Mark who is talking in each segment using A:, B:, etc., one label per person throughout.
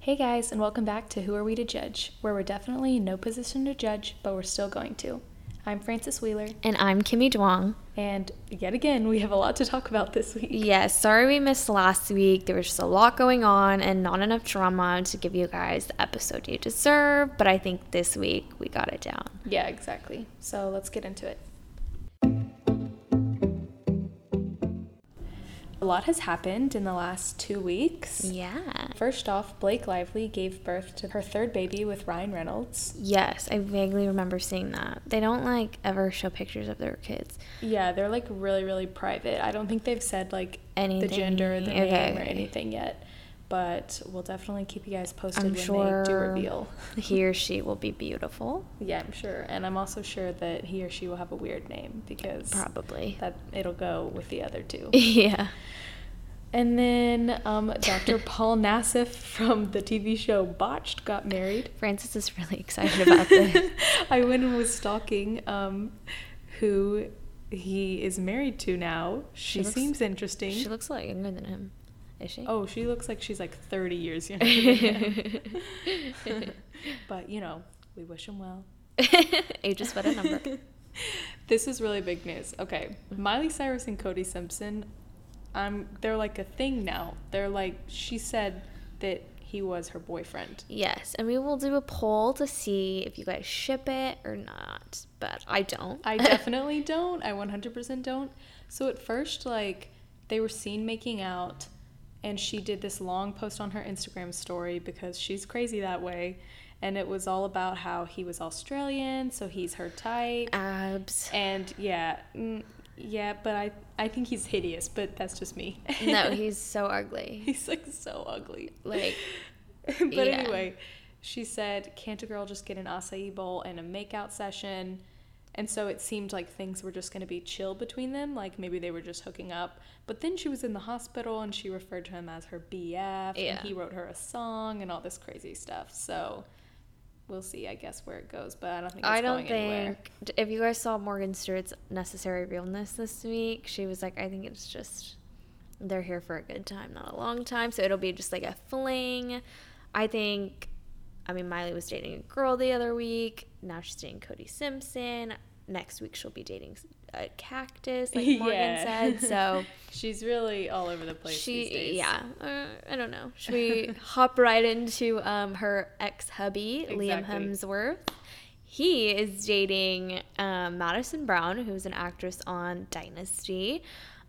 A: Hey guys, and welcome back to Who Are We to Judge, where we're definitely in no position to judge, but we're still going to. I'm Frances Wheeler,
B: And I'm Kimmy Duong.
A: and yet again, we have a lot to talk about this week.
B: Yes, sorry we missed last week. There was just a lot going on and not enough drama to give you guys the episode you deserve, but I think this week we got it down.
A: Yeah, exactly. So let's get into it. A lot has happened in the last two weeks.
B: Yeah.
A: First off, Blake Lively gave birth to her third baby with Ryan Reynolds.
B: Yes, I vaguely remember seeing that. They don't like ever show pictures of their kids.
A: Yeah, they're like really, really private. I don't think they've said like the
B: Anything.
A: gender, the
B: Okay,
A: name, or
B: okay.
A: anything yet. But we'll definitely keep you guys posted
B: I'm
A: when
B: sure
A: they do reveal.
B: he or she will be beautiful.
A: yeah, I'm sure, and I'm also sure that he or she will have a weird name because
B: Probably.
A: that it'll go with the other two.
B: yeah.
A: And then um, Dr. Paul Nassif from the TV show Botched got married.
B: Francis is really excited about this.
A: I went and was stalking um, who he is married to now. She,
B: She looks-
A: seems interesting.
B: she looks a lot younger than him. Is she?
A: oh, she looks like she's like 30 years younger. than him. but you know, we wish him well.
B: Age is but a number.
A: This is really big news. Okay, Miley Cyrus and Cody Simpson, um, they're like a thing now. They're like she said that he was her boyfriend.
B: Yes, and we will do a poll to see if you guys ship it or not. But I don't.
A: I definitely don't. I 100% don't. So at first, like, they were seen making out, and she did this long post on her Instagram story because she's crazy that way. And it was all about how he was Australian, so he's her type.
B: abs.
A: And yeah, mm, yeah, but I, I think he's hideous, but that's just me.
B: No, he's so ugly.
A: he's like so ugly.
B: Like
A: but
B: Yeah.
A: anyway, she said, "Can't a girl just get an acai bowl and a makeout session?" And so it seemed like things were just going to be chill between them, like maybe they were just hooking up. But then she was in the hospital and she referred to him as her BF, and
B: Yeah.
A: he wrote her a song and all this crazy stuff. So we'll see, I guess, where it goes. But I don't think it's
B: I don't
A: going
B: think
A: anywhere.
B: if you guys saw Morgan Stewart's necessary realness this week, she was like, I think it's just they're here for a good time, not a long time. So it'll be just like a fling. I think I mean Miley was dating a girl the other week. Now she's dating Cody Simpson. Next week she'll be dating a cactus, like Morgan
A: Yeah.
B: said. So
A: She's really all over the place.
B: she
A: these days.
B: yeah uh, i don't know should we hop right into um her ex-hubby liam
A: Exactly.
B: hemsworth he is dating um, madison brown who's an actress on dynasty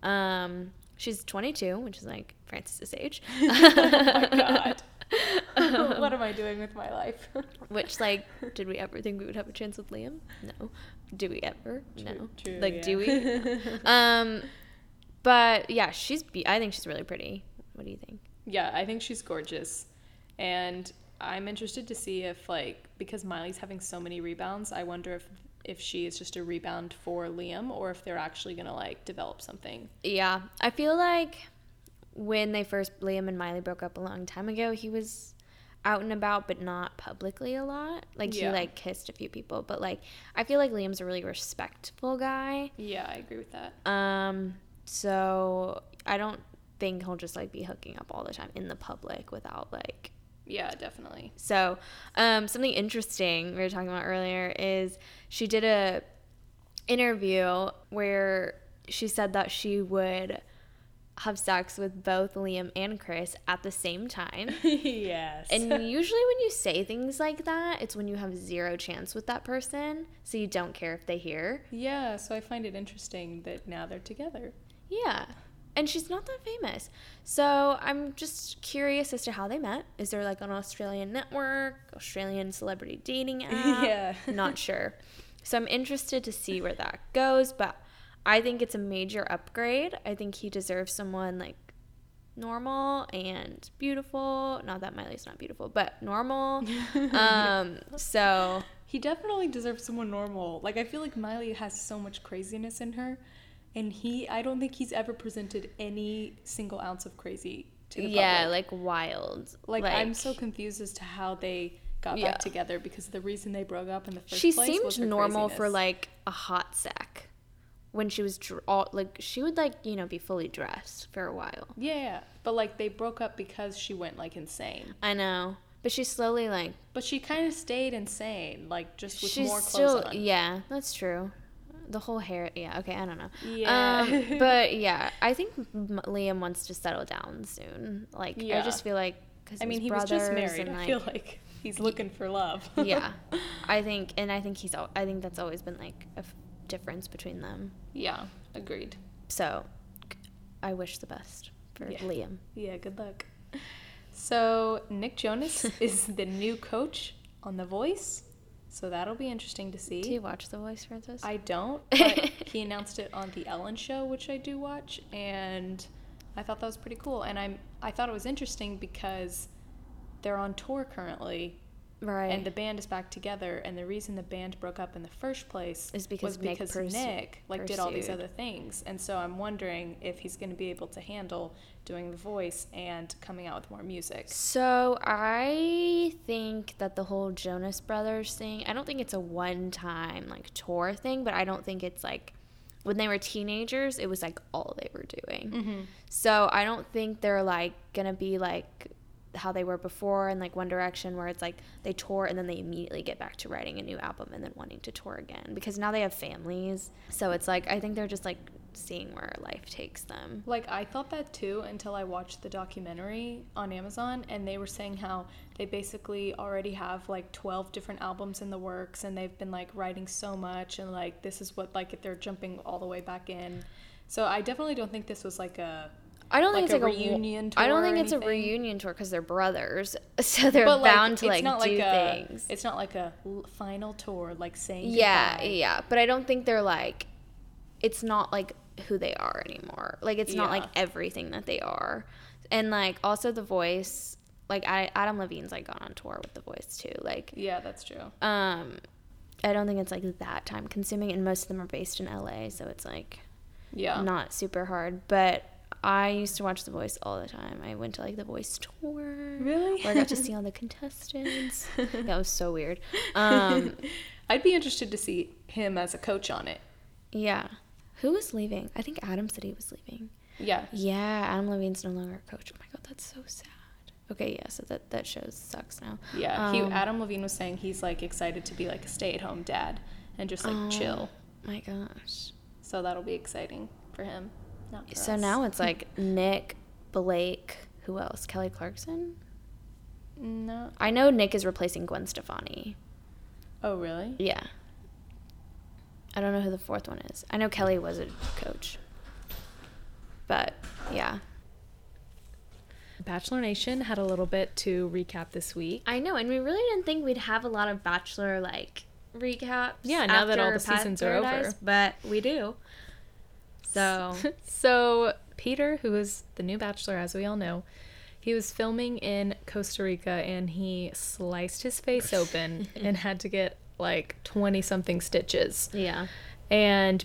B: um she's 22 which is like francis's age
A: oh my god. what am I doing with my life?
B: which like did we ever think we would have a chance with liam no do we ever no
A: True- true,
B: like do we
A: yeah.
B: um but yeah she's be- i think she's really pretty what do you think
A: Yeah, I think she's gorgeous. And I'm interested to see if like because Miley's having so many rebounds, I wonder if if she is just a rebound for Liam or if they're actually going to like develop something.
B: Yeah, I feel like when they first Liam and Miley broke up a long time ago, he was out and about but not publicly a lot. Like
A: Yeah.
B: he like kissed a few people, but like I feel like Liam's a really respectful guy.
A: Yeah, I agree with that.
B: Um so I don't think he'll just like be hooking up all the time in the public without like
A: Yeah, definitely.
B: so, um, something interesting we were talking about earlier is she did a interview where she said that she would have sex with both Liam and Chris at the same time.
A: yes.
B: And usually when you say things like that, it's when you have zero chance with that person, so you don't care if they hear.
A: yeah, so I find it interesting that now they're together.
B: Yeah. And she's not that famous. So I'm just curious as to how they met. Is there like an Australian network, Australian celebrity dating app?
A: Yeah.
B: not sure. So I'm interested to see where that goes, but I think it's a major upgrade. I think he deserves someone like normal and beautiful. Not that Miley's not beautiful, but normal. Um, so
A: He definitely deserves someone normal. Like I feel like Miley has so much craziness in her, and he I don't think he's ever presented any single ounce of crazy to the
B: yeah,
A: public.
B: like wild.
A: Like, I'm so confused as to how they got
B: Yeah.
A: back together because the reason they broke up in the first
B: she
A: place was her
B: seemed normal for
A: craziness.
B: like a hot sec when she was dr- all, like she would like you know be fully dressed for a while.
A: Yeah, yeah, but like they broke up because she went like insane.
B: I know, but she slowly like
A: But she kind of stayed insane, like just with
B: she's
A: more clothes
B: still
A: on.
B: yeah, that's true. The whole hair, yeah, okay, I don't know.
A: Yeah.
B: um, but yeah, I think M- Liam wants to settle down soon. Like I
A: Yeah.
B: just feel like because
A: I mean, he was just married. I feel like he's looking for love.
B: yeah, I think, and I think he's. al- I think that's always been like a f- difference between them.
A: yeah, agreed.
B: So, I wish the best for
A: Yeah.
B: Liam.
A: Yeah, good luck. So, Nick Jonas is the new coach on The Voice. So, that'll be interesting to see.
B: Do you watch The Voice, Francis?
A: I don't, but he announced it on The Ellen Show, which I do watch. And I thought that was pretty cool. And I'm, I thought it was interesting because they're on tour currently.
B: right.
A: And the band is back together, and the reason the band broke up in the first place
B: Is because
A: was
B: Nick
A: because
B: pursu-
A: Nick like did all these
B: pursued.
A: other things, and so I'm wondering if he's going to be able to handle doing the voice and coming out with more music.
B: So I think that the whole Jonas Brothers thing, I don't think it's a one time like tour thing, but I don't think it's like when they were teenagers, it was like all they were doing.
A: Mm. Mm-hmm.
B: So I don't think they're like gonna be like how they were before in like One Direction where it's like they tour and then they immediately get back to writing a new album and then wanting to tour again because now they have families. So it's like I think they're just like seeing where life takes them.
A: Like I thought that too until I watched the documentary on Amazon and they were saying how they basically already have like 12 different albums in the works and they've been like writing so much and like this is what like they're jumping all the way back in. So I definitely don't think this was like a
B: I don't
A: Like
B: think it's
A: a
B: like
A: reunion
B: a, I don't
A: tour or
B: think it's a
A: anything?
B: reunion tour because they're brothers, so they're
A: but like,
B: bound to
A: it's
B: like
A: not
B: do
A: like a,
B: things.
A: It's not like a l- final tour, like saying
B: yeah,
A: goodbye.
B: yeah, but I don't think they're like. It's not like who they are anymore. Like it's not like
A: Yeah.
B: everything that they are, and like also the voice. Like I, Adam Levine's like gone on tour with the voice too. Like
A: yeah, that's true.
B: um, I don't think it's like that time consuming, and most of them are based in LA, so it's like
A: Yeah,
B: not super hard, but I used to watch The Voice all the time. I went to like The Voice tour.
A: Really?
B: Where I got to see all the contestants. that was so weird. Um,
A: I'd be interested to see him as a coach on it.
B: yeah. Who was leaving? I think Adam said he was leaving.
A: Yeah,
B: Yeah, Adam Levine's no longer a coach. Oh my god, that's so sad. Okay, yeah, so that that show sucks now.
A: yeah. he,
B: Um,
A: Adam Levine was saying he's like excited to be like a stay-at-home dad and just like
B: oh
A: chill.
B: My gosh.
A: So that'll be exciting for him. Not for
B: So
A: us.
B: now it's like Nick, Blake, who else? Kelly Clarkson?
A: no.
B: I know Nick is replacing Gwen Stefani.
A: Oh really?
B: Yeah. I don't know who the fourth one is. I know Kelly was a coach. But yeah.
A: Bachelor Nation had a little bit to recap this week.
B: I know, and we really didn't think we'd have a lot of bachelor like recaps.
A: Yeah, now that all
B: after
A: the
B: Pa-
A: seasons are over.
B: But we do. So
A: so Peter, who is the new bachelor, as we all know, he was filming in Costa Rica and he sliced his face open and had to get like 20 something stitches.
B: Yeah.
A: And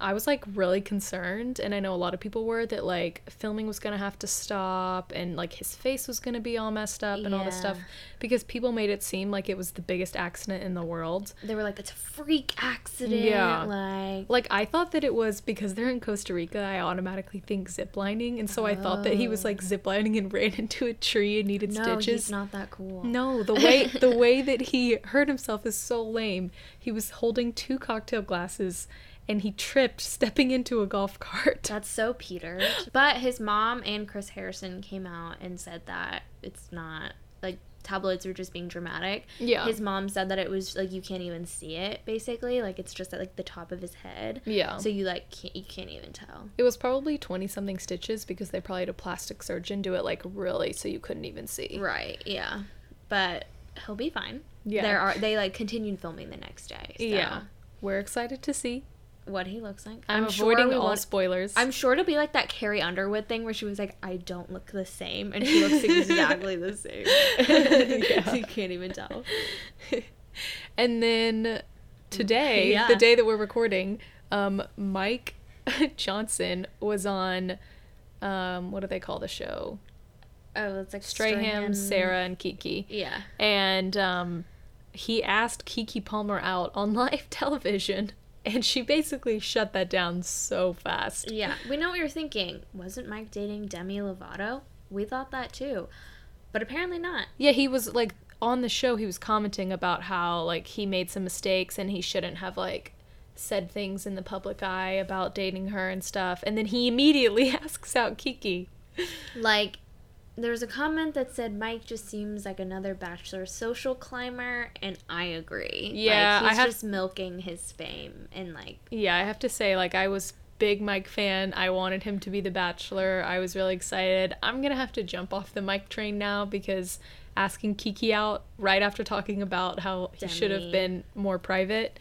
A: I was like really concerned, and I know a lot of people were that like filming was gonna have to stop and like his face was gonna be all messed up and all this
B: Yeah.
A: stuff because people made it seem like it was the biggest accident in the world.
B: They were like, It's a freak accident.
A: Yeah.
B: Like
A: Like I thought that it was because they're in Costa Rica, I automatically think ziplining, and so I thought that he was like ziplining and ran into a tree and needed
B: Oh. no,
A: stitches.
B: he's not that cool.
A: No, the way the way that he hurt himself is so lame. He was holding two cocktail glasses and he tripped stepping into a golf cart.
B: That's so Peter. But his mom and Chris Harrison came out and said that it's not like tabloids were just being dramatic.
A: Yeah.
B: His mom said that it was like you can't even see it basically, like it's just at like the top of his head.
A: Yeah.
B: So you like can't you can't even tell.
A: It was probably 20 something stitches because they probably had a plastic surgeon do it like really so you couldn't even see.
B: Right. Yeah. But he'll be fine.
A: Yeah.
B: There are they like continued filming the next day. So
A: Yeah. We're excited to see.
B: What he looks like.
A: I'm,
B: sure
A: avoiding
B: we
A: all
B: won't-
A: spoilers.
B: I'm sure it'll be like that Carrie Underwood thing where she was like, I don't look the same. And she looks exactly the same.
A: Yeah.
B: you can't even tell.
A: and then today,
B: Yeah.
A: the day that we're recording, um, Mike Johnson was on um, what do they call the show?
B: Oh, it's like
A: Strayham,
B: Strahan.
A: Sarah, and Kiki.
B: Yeah.
A: And um, he asked Kiki Palmer out on live television And she basically shut that down so fast.
B: Yeah, we know what you're thinking. Wasn't Mike dating Demi Lovato? We thought that too. But apparently not.
A: Yeah, he was like on the show he was commenting about how like he made some mistakes and he shouldn't have like said things in the public eye about dating her and stuff. And then he immediately asks out Kiki.
B: Like, there was a comment that said Mike just seems like another bachelor social climber, and I agree.
A: Yeah,
B: like, he's
A: I have-
B: just milking his fame and like
A: Yeah, I have to say like I was big Mike fan. I wanted him to be the bachelor. I was really excited. I'm going to have to jump off the Mike train now because asking Kiki out right after talking about how he should have
B: Demi.
A: been more private,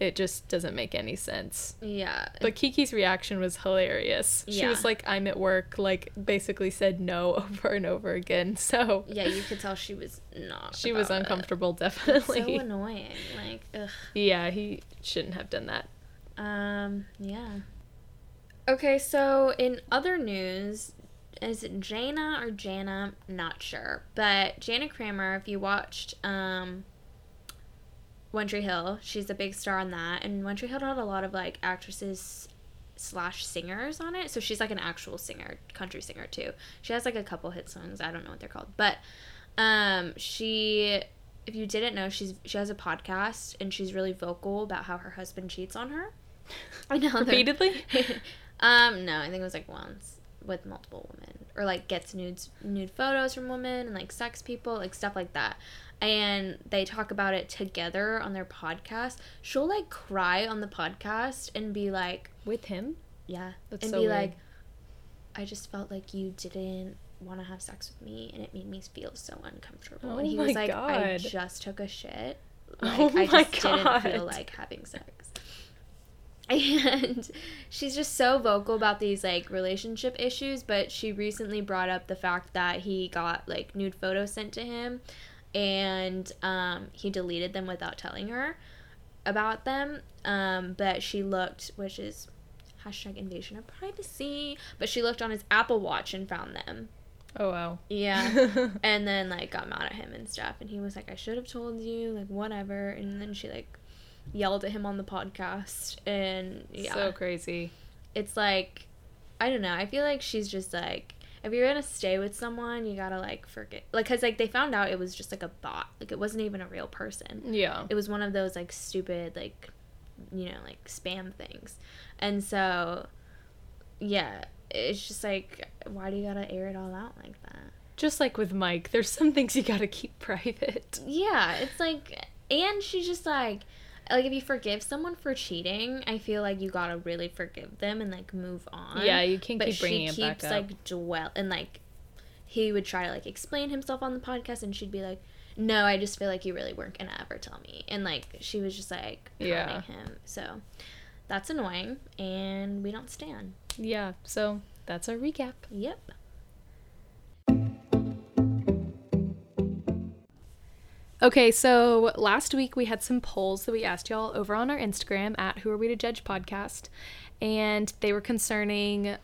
A: it just doesn't make any sense.
B: yeah.
A: But Kiki's reaction was hilarious. She
B: Yeah.
A: was like, I'm at work, like basically said no over and over again. So
B: yeah, you could tell she was not.
A: she was
B: about it.
A: uncomfortable,
B: It's
A: definitely.
B: so annoying. Like, ugh.
A: yeah, he shouldn't have done that.
B: Um, yeah. Okay, so in other news, is it Jana or Jana? Not sure. But Jana Kramer, if you watched um One Tree Hill, she's a big star on that. And One Tree Hill had a lot of like actresses slash singers on it. So she's like an actual singer, country singer too. She has like a couple hit songs. I don't know what they're called. But um she if you didn't know, she's she has a podcast and she's really vocal about how her husband cheats on her. I know. they're-
A: Repeatedly?
B: um, no, I think it was like once with multiple women, or like gets nudes, nude photos from women and like sex people, like stuff like that. And they talk about it together on their podcast. She'll like cry on the podcast and be like,
A: With him?
B: yeah,
A: That's
B: and
A: so
B: be
A: weird.
B: like, I just felt like you didn't want to have sex with me, and it made me feel so uncomfortable. and
A: Oh
B: he
A: my
B: was like, I
A: God.
B: just took a shit. Like,
A: Oh
B: I
A: my
B: just didn't feel
A: God.
B: like having sex. And she's just so vocal about these like relationship issues, but she recently brought up the fact that he got like nude photos sent to him and um, he deleted them without telling her about them. Um, but she looked, which is hashtag invasion of privacy, but she looked on his Apple Watch and found them.
A: Oh, wow.
B: Yeah. and then like got mad at him and stuff. And he was like, I should have told you, like whatever. And then she like yelled at him on the podcast. And yeah,
A: So crazy.
B: it's like, I don't know. I feel like she's just like, if you're gonna stay with someone, you gotta like forget, like, cause like they found out it was just like a bot, like it wasn't even a real person
A: Yeah.
B: it was one of those like stupid like you know like spam things and so yeah it's just like why do you gotta air it all out like that
A: Just like with Mike, there's some things you gotta keep private.
B: yeah it's like and she's just like like if you forgive someone for cheating i feel like you gotta really forgive them and like move on
A: Yeah, you can't
B: but
A: keep bringing
B: she
A: it back
B: keeps
A: up.
B: like dwell and like he would try to like explain himself on the podcast and she'd be like no i just feel like you really weren't gonna ever tell me and like she was just like pounding
A: Yeah.
B: him so that's annoying and we don't stand
A: yeah, so that's our recap.
B: yep
A: Okay, so last week we had some polls that we asked y'all over on our Instagram at Who Are We to Judge podcast, and they were concerning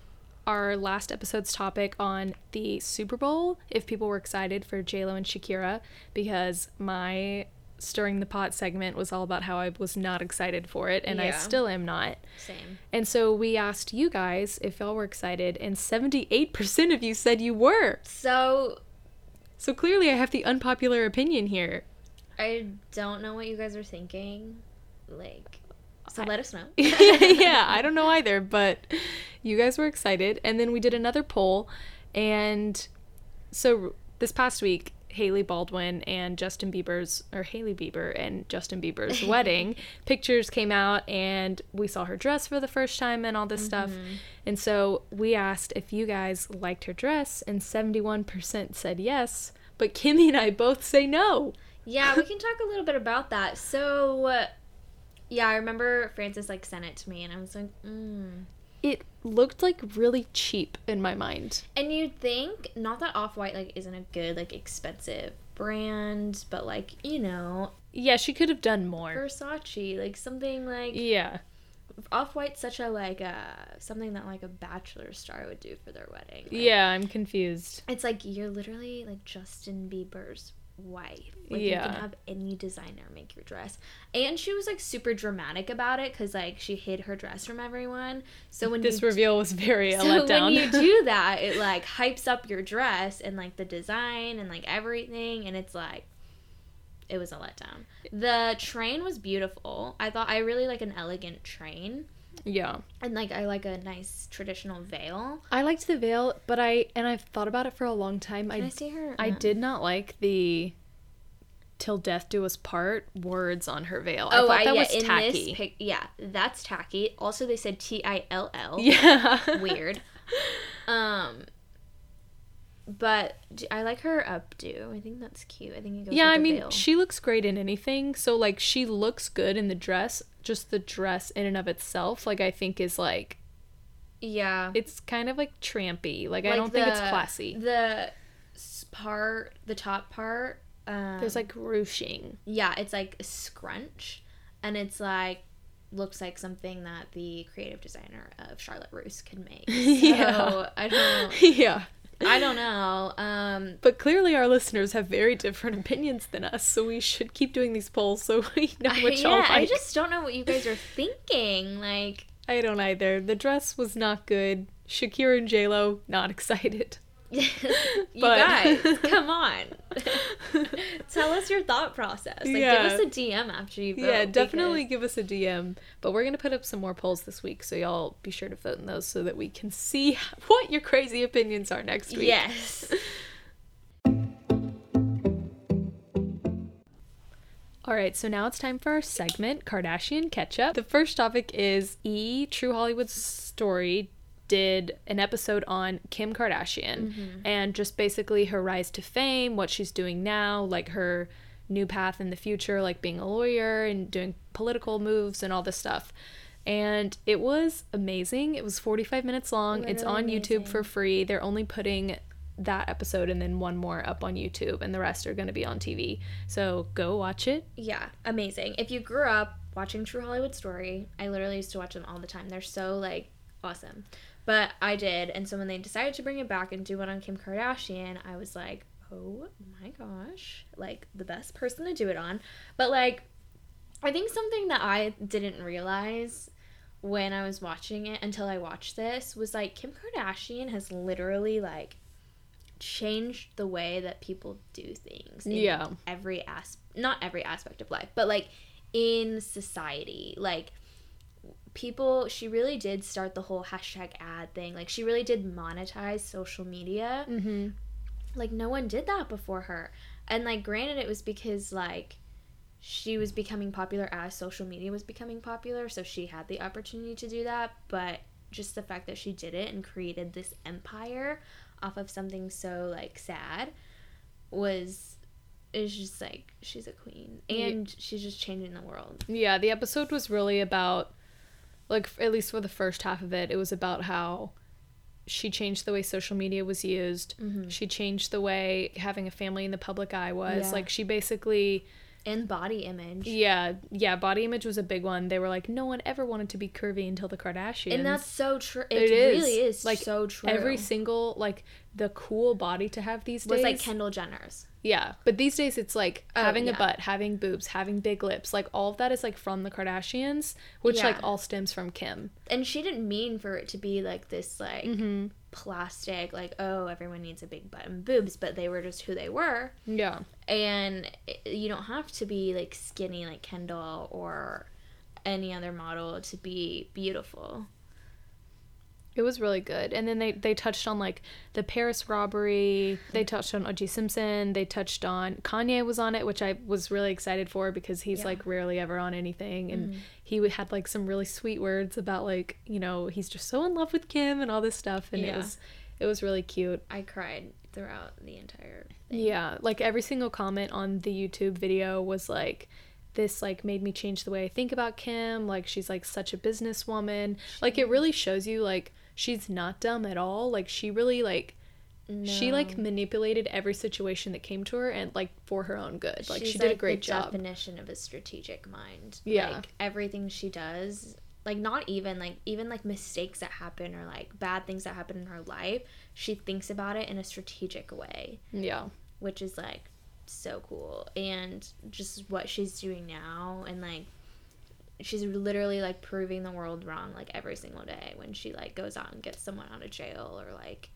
A: our last episode's topic on the Super Bowl. If people were excited for J Lo and Shakira, because my stirring the pot segment was all about how I was not excited for it, and I
B: Yeah.
A: still am not.
B: same
A: And so we asked you guys if y'all were excited, and 78% of you said you were.
B: so
A: So clearly I have the unpopular opinion here.
B: i don't know what you guys are thinking like so let us know
A: yeah, I don't know either, but you guys were excited. And then we did another poll. And so this past week, Haley Baldwin and Justin Bieber's, or Haley Bieber and Justin Bieber's wedding pictures came out, and we saw her dress for the first time and all this stuff. And so we asked if you guys liked her dress, and 71% said yes, but Kimmy and I both say no.
B: Yeah, we can talk a little bit about that. So, uh, yeah, I remember Francis like sent it to me, and I was like, mm.
A: It looked like really cheap in my mind.
B: and you'd think not that Off White like isn't a good like expensive brand, but like you know
A: Yeah, she could have done more.
B: Versace, like something like
A: Yeah.
B: Off White's such a like uh something that like a bachelor star would do for their wedding. Like,
A: Yeah, I'm confused.
B: it's like you're literally like Justin Bieber's wife. Like you
A: Yeah.
B: can have any designer make your dress. And she was like super dramatic about it because like she hid her dress from everyone. So when
A: This
B: you
A: reveal was very a
B: so
A: letdown.
B: when you do that, it like hypes up your dress and like the design and like everything, and it's like it was a letdown. The train was beautiful. I thought I really like an elegant train,
A: yeah.
B: and like I like a nice traditional veil.
A: I liked the veil, but I and I've thought about it for a long time.
B: Can I,
A: I
B: see her?
A: I
B: No.
A: did not like the "till death do us part" words on her veil.
B: Oh,
A: I thought
B: I,
A: that
B: yeah,
A: was
B: in
A: tacky.
B: this pic, yeah, that's tacky. Also, they said T I L L.
A: yeah,
B: Weird. Um, but d- I like her updo. I think that's cute. I think it goes.
A: Yeah,
B: with
A: I
B: the
A: mean,
B: veil.
A: she looks great in anything. So like, she looks good in the dress. Just the dress in and of itself, like I think is like
B: yeah.
A: it's kind of like trampy. Like, I don't think it's classy.
B: The s- part, the top part, um,
A: There's like ruching.
B: yeah, it's like a scrunch, and it's like looks like something that the creative designer of Charlotte Roos could make. So
A: Yeah.
B: I don't,
A: yeah.
B: I don't know. Um,
A: But clearly, our listeners have very different opinions than us, so we should keep doing these polls so we know which
B: yeah,
A: y'all like.
B: I just don't know what you guys are thinking. Like,
A: I don't either. The dress was not good. Shakira and J Lo not excited.
B: you
A: But-
B: guys, come on. Tell us your thought process. Like,
A: Yeah.
B: give us a DM after you vote.
A: yeah,
B: because-
A: definitely give us a DM. But we're gonna put up some more polls this week, so y'all be sure to vote in those so that we can see what your crazy opinions are next week.
B: Yes.
A: All right, so now it's time for our segment, Kardashian Catch Up. The first topic is E! True Hollywood Story did an episode on Kim Kardashian and just basically her rise to fame, what she's doing now, like her new path in the future, like being a lawyer and doing political moves and all this stuff. And it was amazing. It was 45 minutes long. it's on
B: Literally
A: YouTube for free. They're only putting that episode and then one more up on YouTube, and the rest are going to be on TV. So go watch it.
B: Yeah, amazing. If you grew up watching True Hollywood Story, I literally used to watch them all the time. They're so like awesome. But I did, and so when they decided to bring it back and do one on Kim Kardashian, I was like, "Oh my gosh, like the best person to do it on." But like I think something that I didn't realize when I was watching it until I watched this was like Kim Kardashian has literally like changed the way that people do things in
A: Yeah.
B: every as not every aspect of life, but like in society. Like people she really did start the whole hashtag ad thing. Like she really did monetize social media
A: Mm-hmm.
B: like no one did that before her and like granted it was because like she was becoming popular as social media was becoming popular so she had the opportunity to do that but just the fact that she did it and created this empire off of something so like sad was is just like she's a queen
A: Ye-
B: and she's just changing the world
A: Yeah, the episode was really about, like, f- at least for the first half of it, it was about how she changed the way social media was used.
B: Mm-hmm.
A: She changed the way having a family in the public eye was.
B: Yeah.
A: Like, she basically,
B: and body image
A: yeah, yeah, body image was a big one. They were like, no one ever wanted to be curvy until the Kardashians.
B: and that's so true it,
A: It is.
B: really is
A: Like,
B: like so true
A: every single, like, the cool body to have these days.
B: was like kendall jenner's
A: Yeah, but these days it's like
B: Oh,
A: having a
B: yeah.
A: butt, having boobs, having big lips, like all of that is like from the Kardashians, which like
B: Yeah.
A: all stems from Kim.
B: and she didn't mean for it to be like this like
A: Mhm.
B: plastic like oh everyone needs a big butt and boobs but they were just who they were
A: Yeah.
B: and i- you don't have to be like skinny like kendall or any other model to be beautiful
A: It was really good. And then they they touched on like the Paris robbery, they touched on O.J. Simpson, they touched on Kanye was on it, which I was really excited for because he's
B: Yeah. Mm-hmm.
A: like rarely ever on anything and he w- had like some really sweet words about like, you know, he's just so in love with Kim and all this stuff and it
B: Yeah.
A: was it was really cute.
B: i cried throughout the entire
A: Yeah, like every single comment on the YouTube video was like this like made me change the way I think about Kim, like she's like such a businesswoman. Like it really shows you like she's not dumb at all. Like she really like she like manipulated every situation that came to her and like for her own good. Like
B: She's,
A: she did a
B: like,
A: great
B: the
A: job.
B: definition of a strategic mind
A: Yeah.
B: like everything she does like not even like even like mistakes that happen or like bad things that happen in her life she thinks about it in a strategic way
A: yeah.
B: which is like so cool and just what she's doing now and like she's literally like proving the world wrong like every single day when she like goes out and gets someone out of jail or like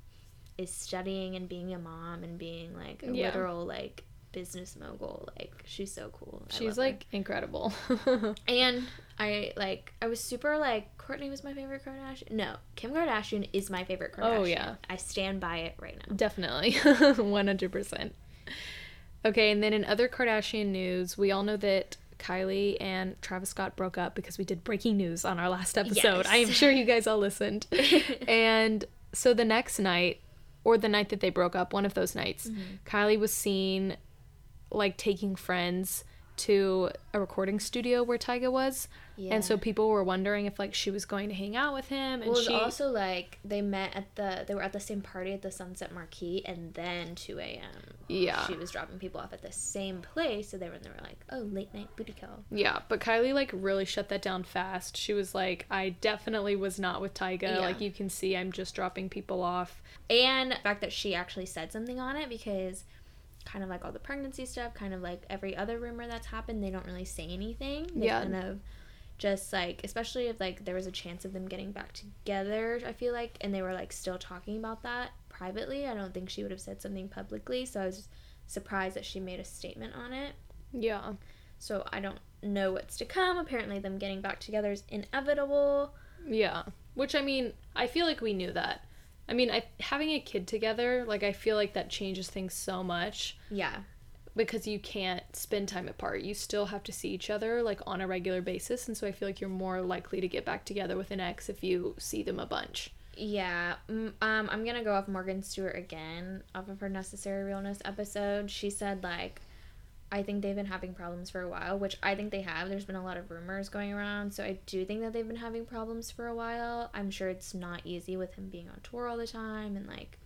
B: is studying and being a mom and being like a
A: Yeah.
B: literal like business mogul like she's so cool I love
A: She's
B: her.
A: like incredible.
B: and I like I was super like Courtney was my favorite Kardashian. No, Kim Kardashian is my favorite Kardashian.
A: Oh, yeah.
B: I stand by it right now.
A: Definitely. 100%. Okay, and then in other Kardashian news, we all know that Kylie and Travis Scott broke up because we did breaking news on our last episode.
B: Yes.
A: I am sure you guys all listened. and so the next night, or the night that they broke up, one of those nights,
B: Mm-hmm.
A: Kylie was seen like taking friends to a recording studio where Tyga was. And so
B: Yeah.
A: people were wondering if like she was going to hang out with him and
B: Well, it was
A: she
B: also like they met at the they were at the same party at the Sunset Marquee, and then two a.m.
A: Yeah.
B: she was dropping people off at the same place. So they were they were like, oh, late night booty call.
A: Yeah, but Kylie like really shut that down fast. She was like, I definitely was not with Tyga.
B: Yeah.
A: Like you can see I'm just dropping people off.
B: and the fact that she actually said something on it because kind of like all the pregnancy stuff kind of like every other rumor that's happened they don't really say anything they
A: Yeah.
B: kind of just like especially if like there was a chance of them getting back together i feel like and they were like still talking about that privately i don't think she would have said something publicly so i was surprised that she made a statement on it
A: Yeah.
B: so i don't know what's to come apparently them getting back together is inevitable
A: Yeah. Which I mean, I feel like we knew that. I mean, I having a kid together, like I feel like that changes things so much
B: yeah
A: because you can't spend time apart. You still have to see each other like on a regular basis, and so I feel like you're more likely to get back together with an ex if you see them a bunch.
B: Yeah, mm, um, I'm gonna go off Morgan Stewart again off of her Necessary Realness episode. She said like, I think they've been having problems for a while, which I think they have. There's been a lot of rumors going around, so I do think that they've been having problems for a while. I'm sure it's not easy with him being on tour all the time and like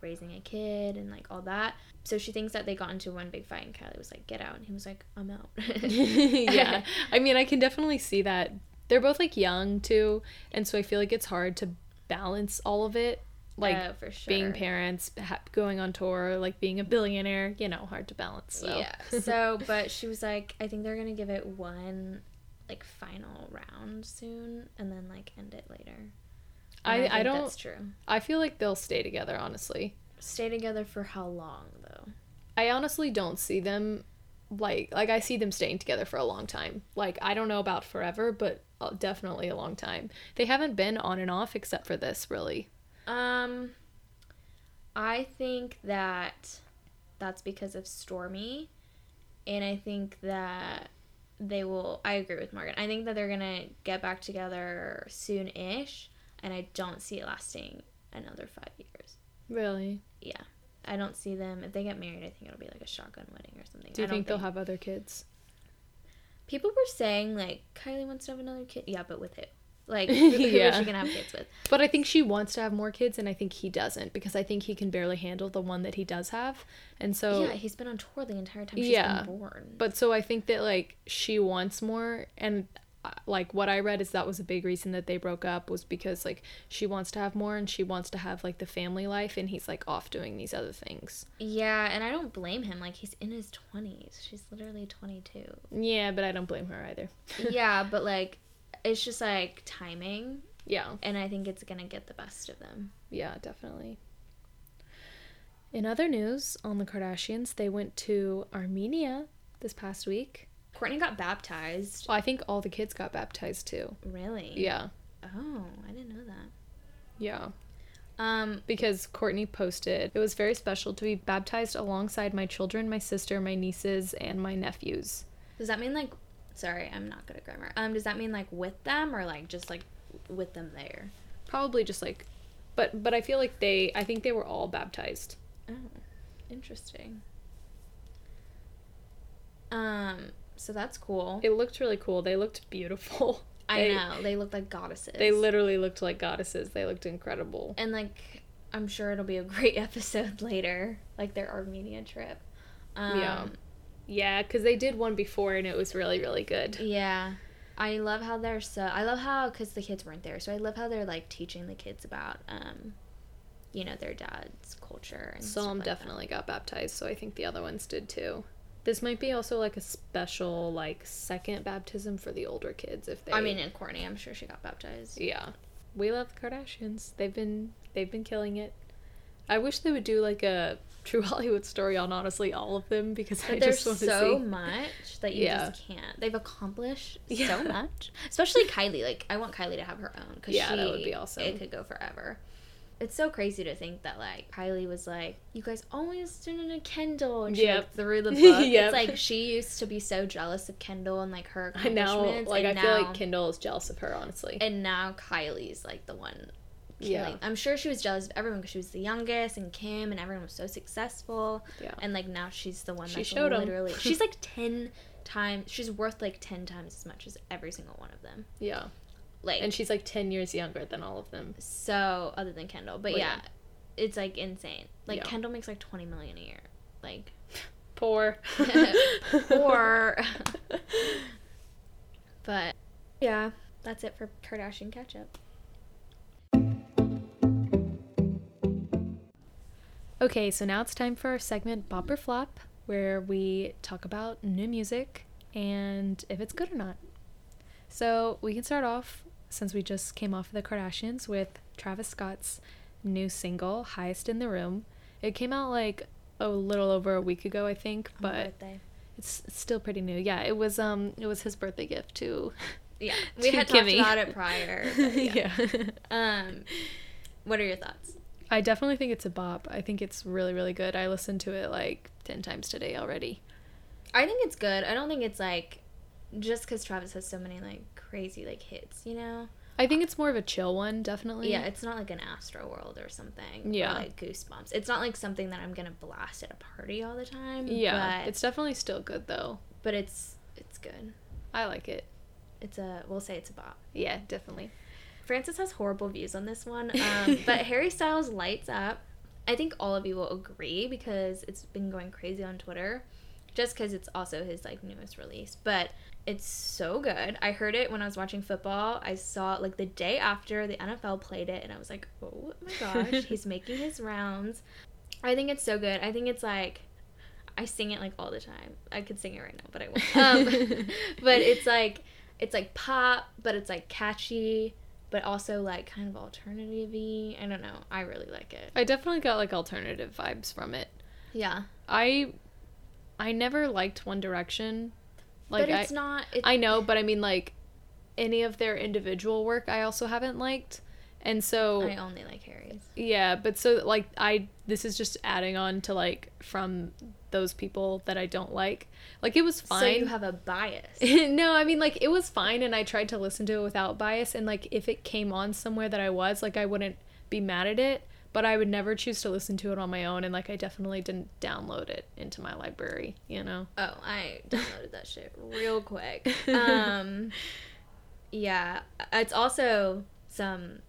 B: raising a kid and like all that. So she thinks that they got into one big fight, and Kylie was like, "Get out," and he was like, "I'm out."
A: yeah. I mean, I can definitely see that. They're both like young too, and so I feel like it's hard to balance all of it. Like
B: Oh, for sure.
A: being parents, ha- going on tour, like being a billionaire, you know, hard to balance. So.
B: Yeah. So, but she was like, I think they're gonna give it one like final round soon, and then like end it later. And
A: I- I
B: think
A: don't-
B: That's true.
A: I feel like they'll stay together, honestly.
B: Stay together for how long though?
A: I honestly don't see them like like I see them staying together for a long time. Like I don't know about forever, but uh, definitely a long time. They haven't been on and off except for this, really.
B: Um, I think that that's because of Stormy, and I think that they will. I agree with Morgan. I think that they're gonna get back together soon-ish, and I don't see it lasting another five years.
A: Really?
B: yeah i don't see them if they get married i think it'll be like a shotgun wedding or something
A: Do you
B: I don't
A: think they'll have other kids?
B: people were saying like kylie wants to have another kid yeah but with who like who who is
A: Yeah.
B: she gonna have kids with
A: But I think she wants to have more kids, and I think he doesn't because I think he can barely handle the one that he does have. And so,
B: yeah he's been on tour the entire time she's
A: Oh. Yeah.
B: been born
A: but so I think that like she wants more, and uh, like what I read is that was a big reason that they broke up was because like she wants to have more and she wants to have like the family life, and he's like off doing these other things.
B: yeah and i don't blame him like he's in his 20s she's literally 22
A: Yeah, but I don't blame her either.
B: yeah but like it's just like timing
A: Yeah,
B: and i think it's gonna get the best of them
A: yeah, definitely. In other news on the Kardashians, they went to Armenia this past week.
B: courtney got baptized
A: I think all the kids got baptized too.
B: really
A: Yeah.
B: oh i didn't know that
A: Yeah,
B: um
A: because Courtney posted, it was very special to be baptized alongside my children, my sister, my nieces, and my nephews.
B: Does that mean like sorry, I'm not good at grammar. Um does that mean like with them or like just like with them there?
A: Probably just like, but but I feel like they, I think they were all baptized.
B: Oh, interesting. Um so that's cool.
A: It looked really cool. They looked beautiful.
B: I
A: They-
B: know. They look like goddesses.
A: They literally looked like goddesses. They looked incredible.
B: and like I'm sure it'll be a great episode later, like their Armenia trip. Um
A: Yeah. Yeah, because they did one before and it was really really good.
B: Yeah. I love how they're so. I love how because the kids weren't there, so I love how they're like teaching the kids about um, you know, their dad's culture. And stuff
A: Some
B: like that.
A: definitely got baptized, so I think the other ones did too. This might be also like a special like second baptism for the older kids if they
B: I mean, and Courtney, I'm sure she got baptized.
A: Yeah. We love the Kardashians. They've been they've been killing it. I wish they would do like a true Hollywood story on honestly all of them because I
B: But there's
A: just want to
B: so
A: see.
B: much that you
A: Yeah.
B: just can't. They've accomplished
A: Yeah.
B: so much, especially Kylie. Like I want Kylie to have her own because
A: Yeah, that would be awesome.
B: It could go forever. It's so crazy to think that like Kylie was like, "You guys always did a Kendall," and she
A: Yep.
B: like, threw the book.
A: Yep.
B: It's like she used to be so jealous of Kendall and like her
A: I know.
B: accomplishments.
A: Like I
B: and
A: feel
B: now-
A: like Kendall is jealous of her. Honestly.
B: and now Kylie's like the one.
A: Yeah.
B: killing- I'm sure she was jealous of everyone because she was the youngest, and Kim, and everyone was so successful.
A: Yeah.
B: And like now she's the one
A: She
B: that's
A: showed 'em.
B: literally she's like ten times she's worth like ten times as much as every single one of them.
A: yeah.
B: Like
A: And she's like ten years younger than all of them.
B: so other than Kendall, but
A: Well,
B: Oh, yeah,
A: yeah.
B: it's like insane. Like
A: Yeah.
B: Kendall makes like twenty million a year. Like
A: Poor.
B: or but yeah, that's it for Kardashian catch up.
A: Okay, so now it's time for our segment Bop or Flop, where we talk about new music and if it's good or not. So we can start off, since we just came off of the Kardashians, with Travis Scott's new single, Highest in the Room. It came out like a little over a week ago, I think,
B: on my
A: but
B: birthday.
A: it's it's still pretty new. Yeah, it was um it was his birthday gift too.
B: Yeah, we had talked about it prior, but yeah.
A: yeah.
B: Um, what are your thoughts?
A: I definitely think it's a bop. I think it's really, really good. I listened to it like 10 times today already.
B: I think it's good. I don't think it's like just because Travis has so many like crazy like hits, you know?
A: I think it's more of a chill one, definitely.
B: Yeah, it's not like an Astro World or something. or,
A: Yeah.
B: like Goosebumps. It's not like something that I'm gonna blast at a party all the time.
A: yeah.
B: but
A: It's definitely still good though.
B: but it's it's good.
A: I like it.
B: It's a we'll say it's a bop.
A: Yeah, definitely.
B: Francis has horrible views on this one, um, but Harry Styles lights up. I think all of you will agree because it's been going crazy on Twitter, just because it's also his like newest release. But it's so good. I heard it when I was watching football. I saw it like the day after the NFL played it, and I was like, oh my gosh, he's making his rounds. I think it's so good. I think it's like I sing it like all the time. I could sing it right now, but I won't. Um, but it's like it's like pop, but it's like catchy, but also like kind of alternative-y. I don't know. I really like it.
A: I definitely got like alternative vibes from it.
B: Yeah,
A: I I never liked One Direction. Like
B: but it's
A: I
B: not. It,
A: I know, but I mean like any of their individual work I also haven't liked. And so
B: I only like Harry's.
A: Yeah, but so like I this is just adding on to like from those people that I don't like. Like it was fine.
B: So you have a bias.
A: no, I mean like it was fine and I tried to listen to it without bias and like if it came on somewhere that I was, like I wouldn't be mad at it, but I would never choose to listen to it on my own and like I definitely didn't download it into my library, you know.
B: Oh, I downloaded that shit real quick. Um, yeah, it's also some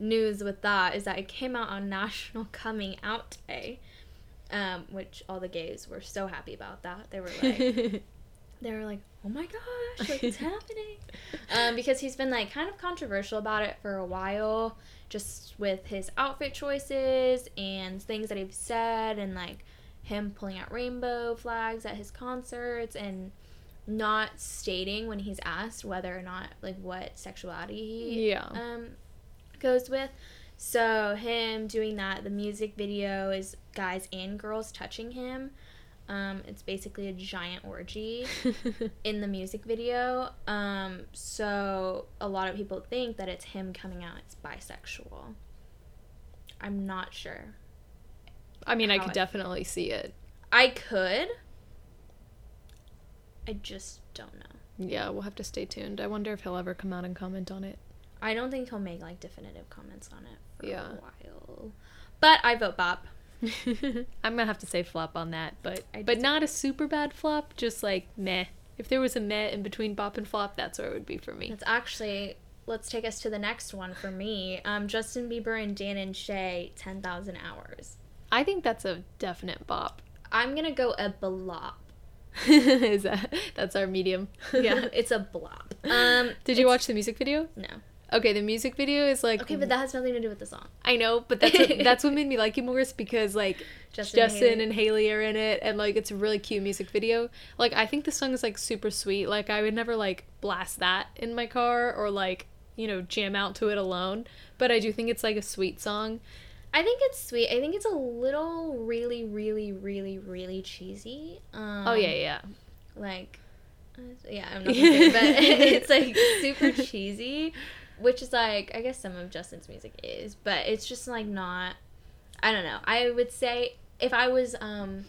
B: news with that is that it came out on National Coming Out Day, um, which all the gays were so happy about that. They were like, they were like, oh my gosh, like it's happening, um, because he's been like kind of controversial about it for a while, just with his outfit choices and things that he's said and like him pulling out rainbow flags at his concerts and not stating when he's asked whether or not like what sexuality he
A: Yeah.
B: um goes with. So him doing that, the music video is guys and girls touching him. Um, it's basically a giant orgy in the music video. Um, so a lot of people think that it's him coming out as bisexual. I'm not sure.
A: I mean, I
B: How
A: could
B: I-
A: definitely see it.
B: I could. I just don't know.
A: Yeah, we'll have to stay tuned. I wonder if he'll ever come out and comment on it.
B: I don't think he'll make like definitive comments on it for
A: Yeah.
B: a while. But I vote Bop.
A: I'm gonna have to say flop on that, but
B: I
A: but
B: disagree.
A: not a super bad flop, just like meh. If there was a meh in between bop and flop, that's where it would be for me.
B: That's actually let's take us to the next one for me. Um, Justin Bieber and Dan and Shay, ten thousand hours.
A: I think that's a definite bop.
B: I'm gonna go a blop.
A: Is that that's our medium?
B: Yeah, it's a blop. Um,
A: Did you
B: it's-
A: watch the music video?
B: No.
A: Okay, the music video is like
B: Okay, but that has nothing to do with the song.
A: I know, but that's what, that's what made me like it more is because like
B: Justin
A: Justin,
B: and Haley.
A: and Haley are in it, and like it's a really cute music video. Like I think the song is like super sweet. Like I would never like blast that in my car or like you know jam out to it alone. But I do think it's like a sweet song.
B: I think it's sweet. I think it's a little really, really, really, really cheesy. Um,
A: oh yeah, yeah.
B: Like, uh, yeah, I'm not gonna say it, but it's like super cheesy, which is like, I guess some of Justin's music is, but it's just like not, I don't know. I would say if I was, um,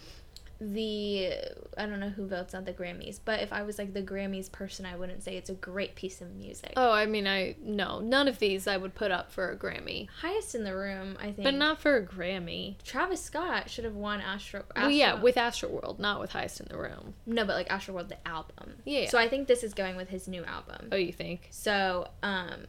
B: the I don't know who votes on the Grammys, but if I was like the Grammys person, I wouldn't say it's a great piece of music.
A: Oh, I mean, I no, none of these I would put up for a Grammy,
B: Highest in the room, I think.
A: but not for a Grammy.
B: Travis Scott should have won Astro.
A: Well, yeah,
B: Astro-
A: with Astroworld, not with Heist in the Room.
B: No, but like Astroworld the album.
A: Yeah.
B: So I think this is going with his new album.
A: Oh, you think?
B: So, um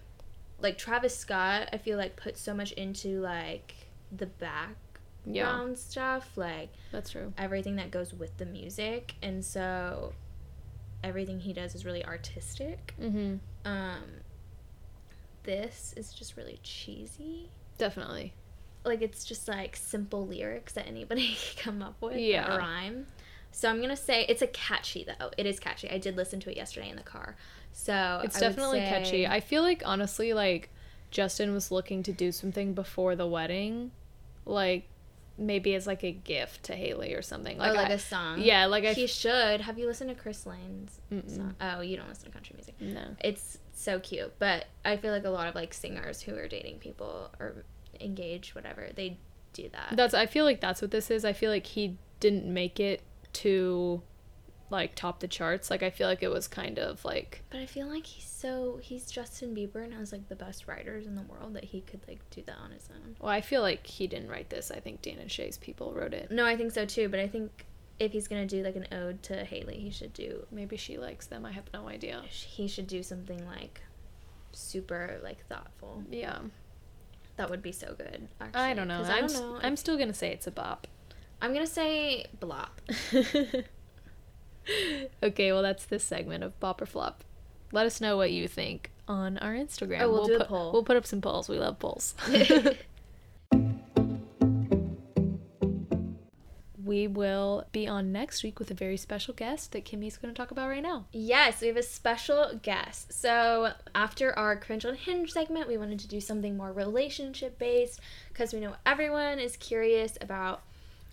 B: like Travis Scott, I feel like put so much into like the background
A: Yeah,
B: stuff, like
A: that's true.
B: everything that goes with the music, and so everything he does is really artistic.
A: Mm-hmm.
B: Um this is just really cheesy.
A: Definitely.
B: Like it's just like simple lyrics that anybody can come up with.
A: Yeah.
B: A rhyme. So I'm gonna say it's a catchy though. It is catchy. I did listen to it yesterday in the car. So
A: It's
B: I would
A: definitely
B: say-
A: catchy. I feel like honestly, like Justin was looking to do something before the wedding, like maybe as like a gift to Haley or something. Like,
B: or Oh, like
A: I-
B: a song.
A: yeah, like I Mm.
B: he should. Have you listened to Chris Lane's
A: Mm-mm.
B: song? Oh, you don't listen to country music.
A: no.
B: It's so cute, but I feel like a lot of like singers who are dating people or engaged, whatever, they do that.
A: That's I feel like that's what this is. I feel like he didn't make it to like top the charts. Like I feel like it was kind of like
B: but I feel like he's so he's Justin Bieber and has like the best writers in the world that he could like do that on his own.
A: well, I feel like he didn't write this. I think Dan and Shay's people wrote it.
B: No, I think so too, but I think if he's gonna do like an ode to Haley, he should do
A: Maybe she likes them. I have no idea.
B: he should do something like super like thoughtful.
A: Yeah.
B: That would be so good. Actually,
A: I don't know.
B: 'cause
A: I'm
B: I
A: s-
B: don't know.
A: I'm still going to say it's a bop.
B: I'm gonna say blop.
A: okay, well that's this segment of Bop or Flop. Let us know what you think on our Instagram.
B: Oh, we'll do a
A: put,
B: poll.
A: We'll put up some polls. We love polls. we will be on next week with a very special guest that Kimmy's going to talk about right now.
B: Yes, we have a special guest. So, after our Cringe on Hinge segment, we wanted to do something more relationship based because we know everyone is curious about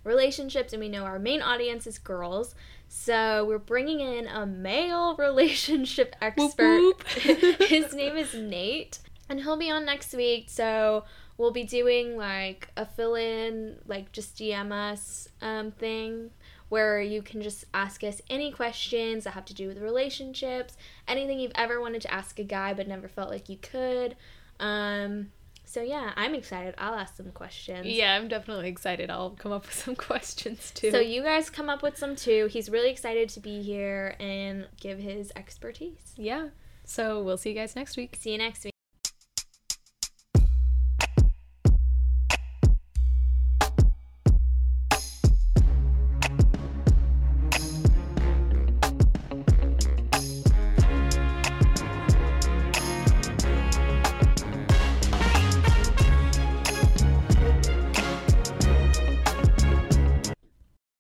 B: relationships and we know our main audience is girls. So, we're bringing in a male relationship expert.
A: whoop.
B: His name is Nate, and he'll be on next week. So, we'll be doing like a fill in, like just DM us um, thing where you can just ask us any questions that have to do with relationships, anything you've ever wanted to ask a guy but never felt like you could. Um, so yeah, I'm excited. I'll ask some questions.
A: Yeah, I'm definitely excited. I'll come up with some questions too.
B: So you guys come up with some too. He's really excited to be here and give his expertise.
A: yeah. So we'll see you guys next week.
B: See you next week.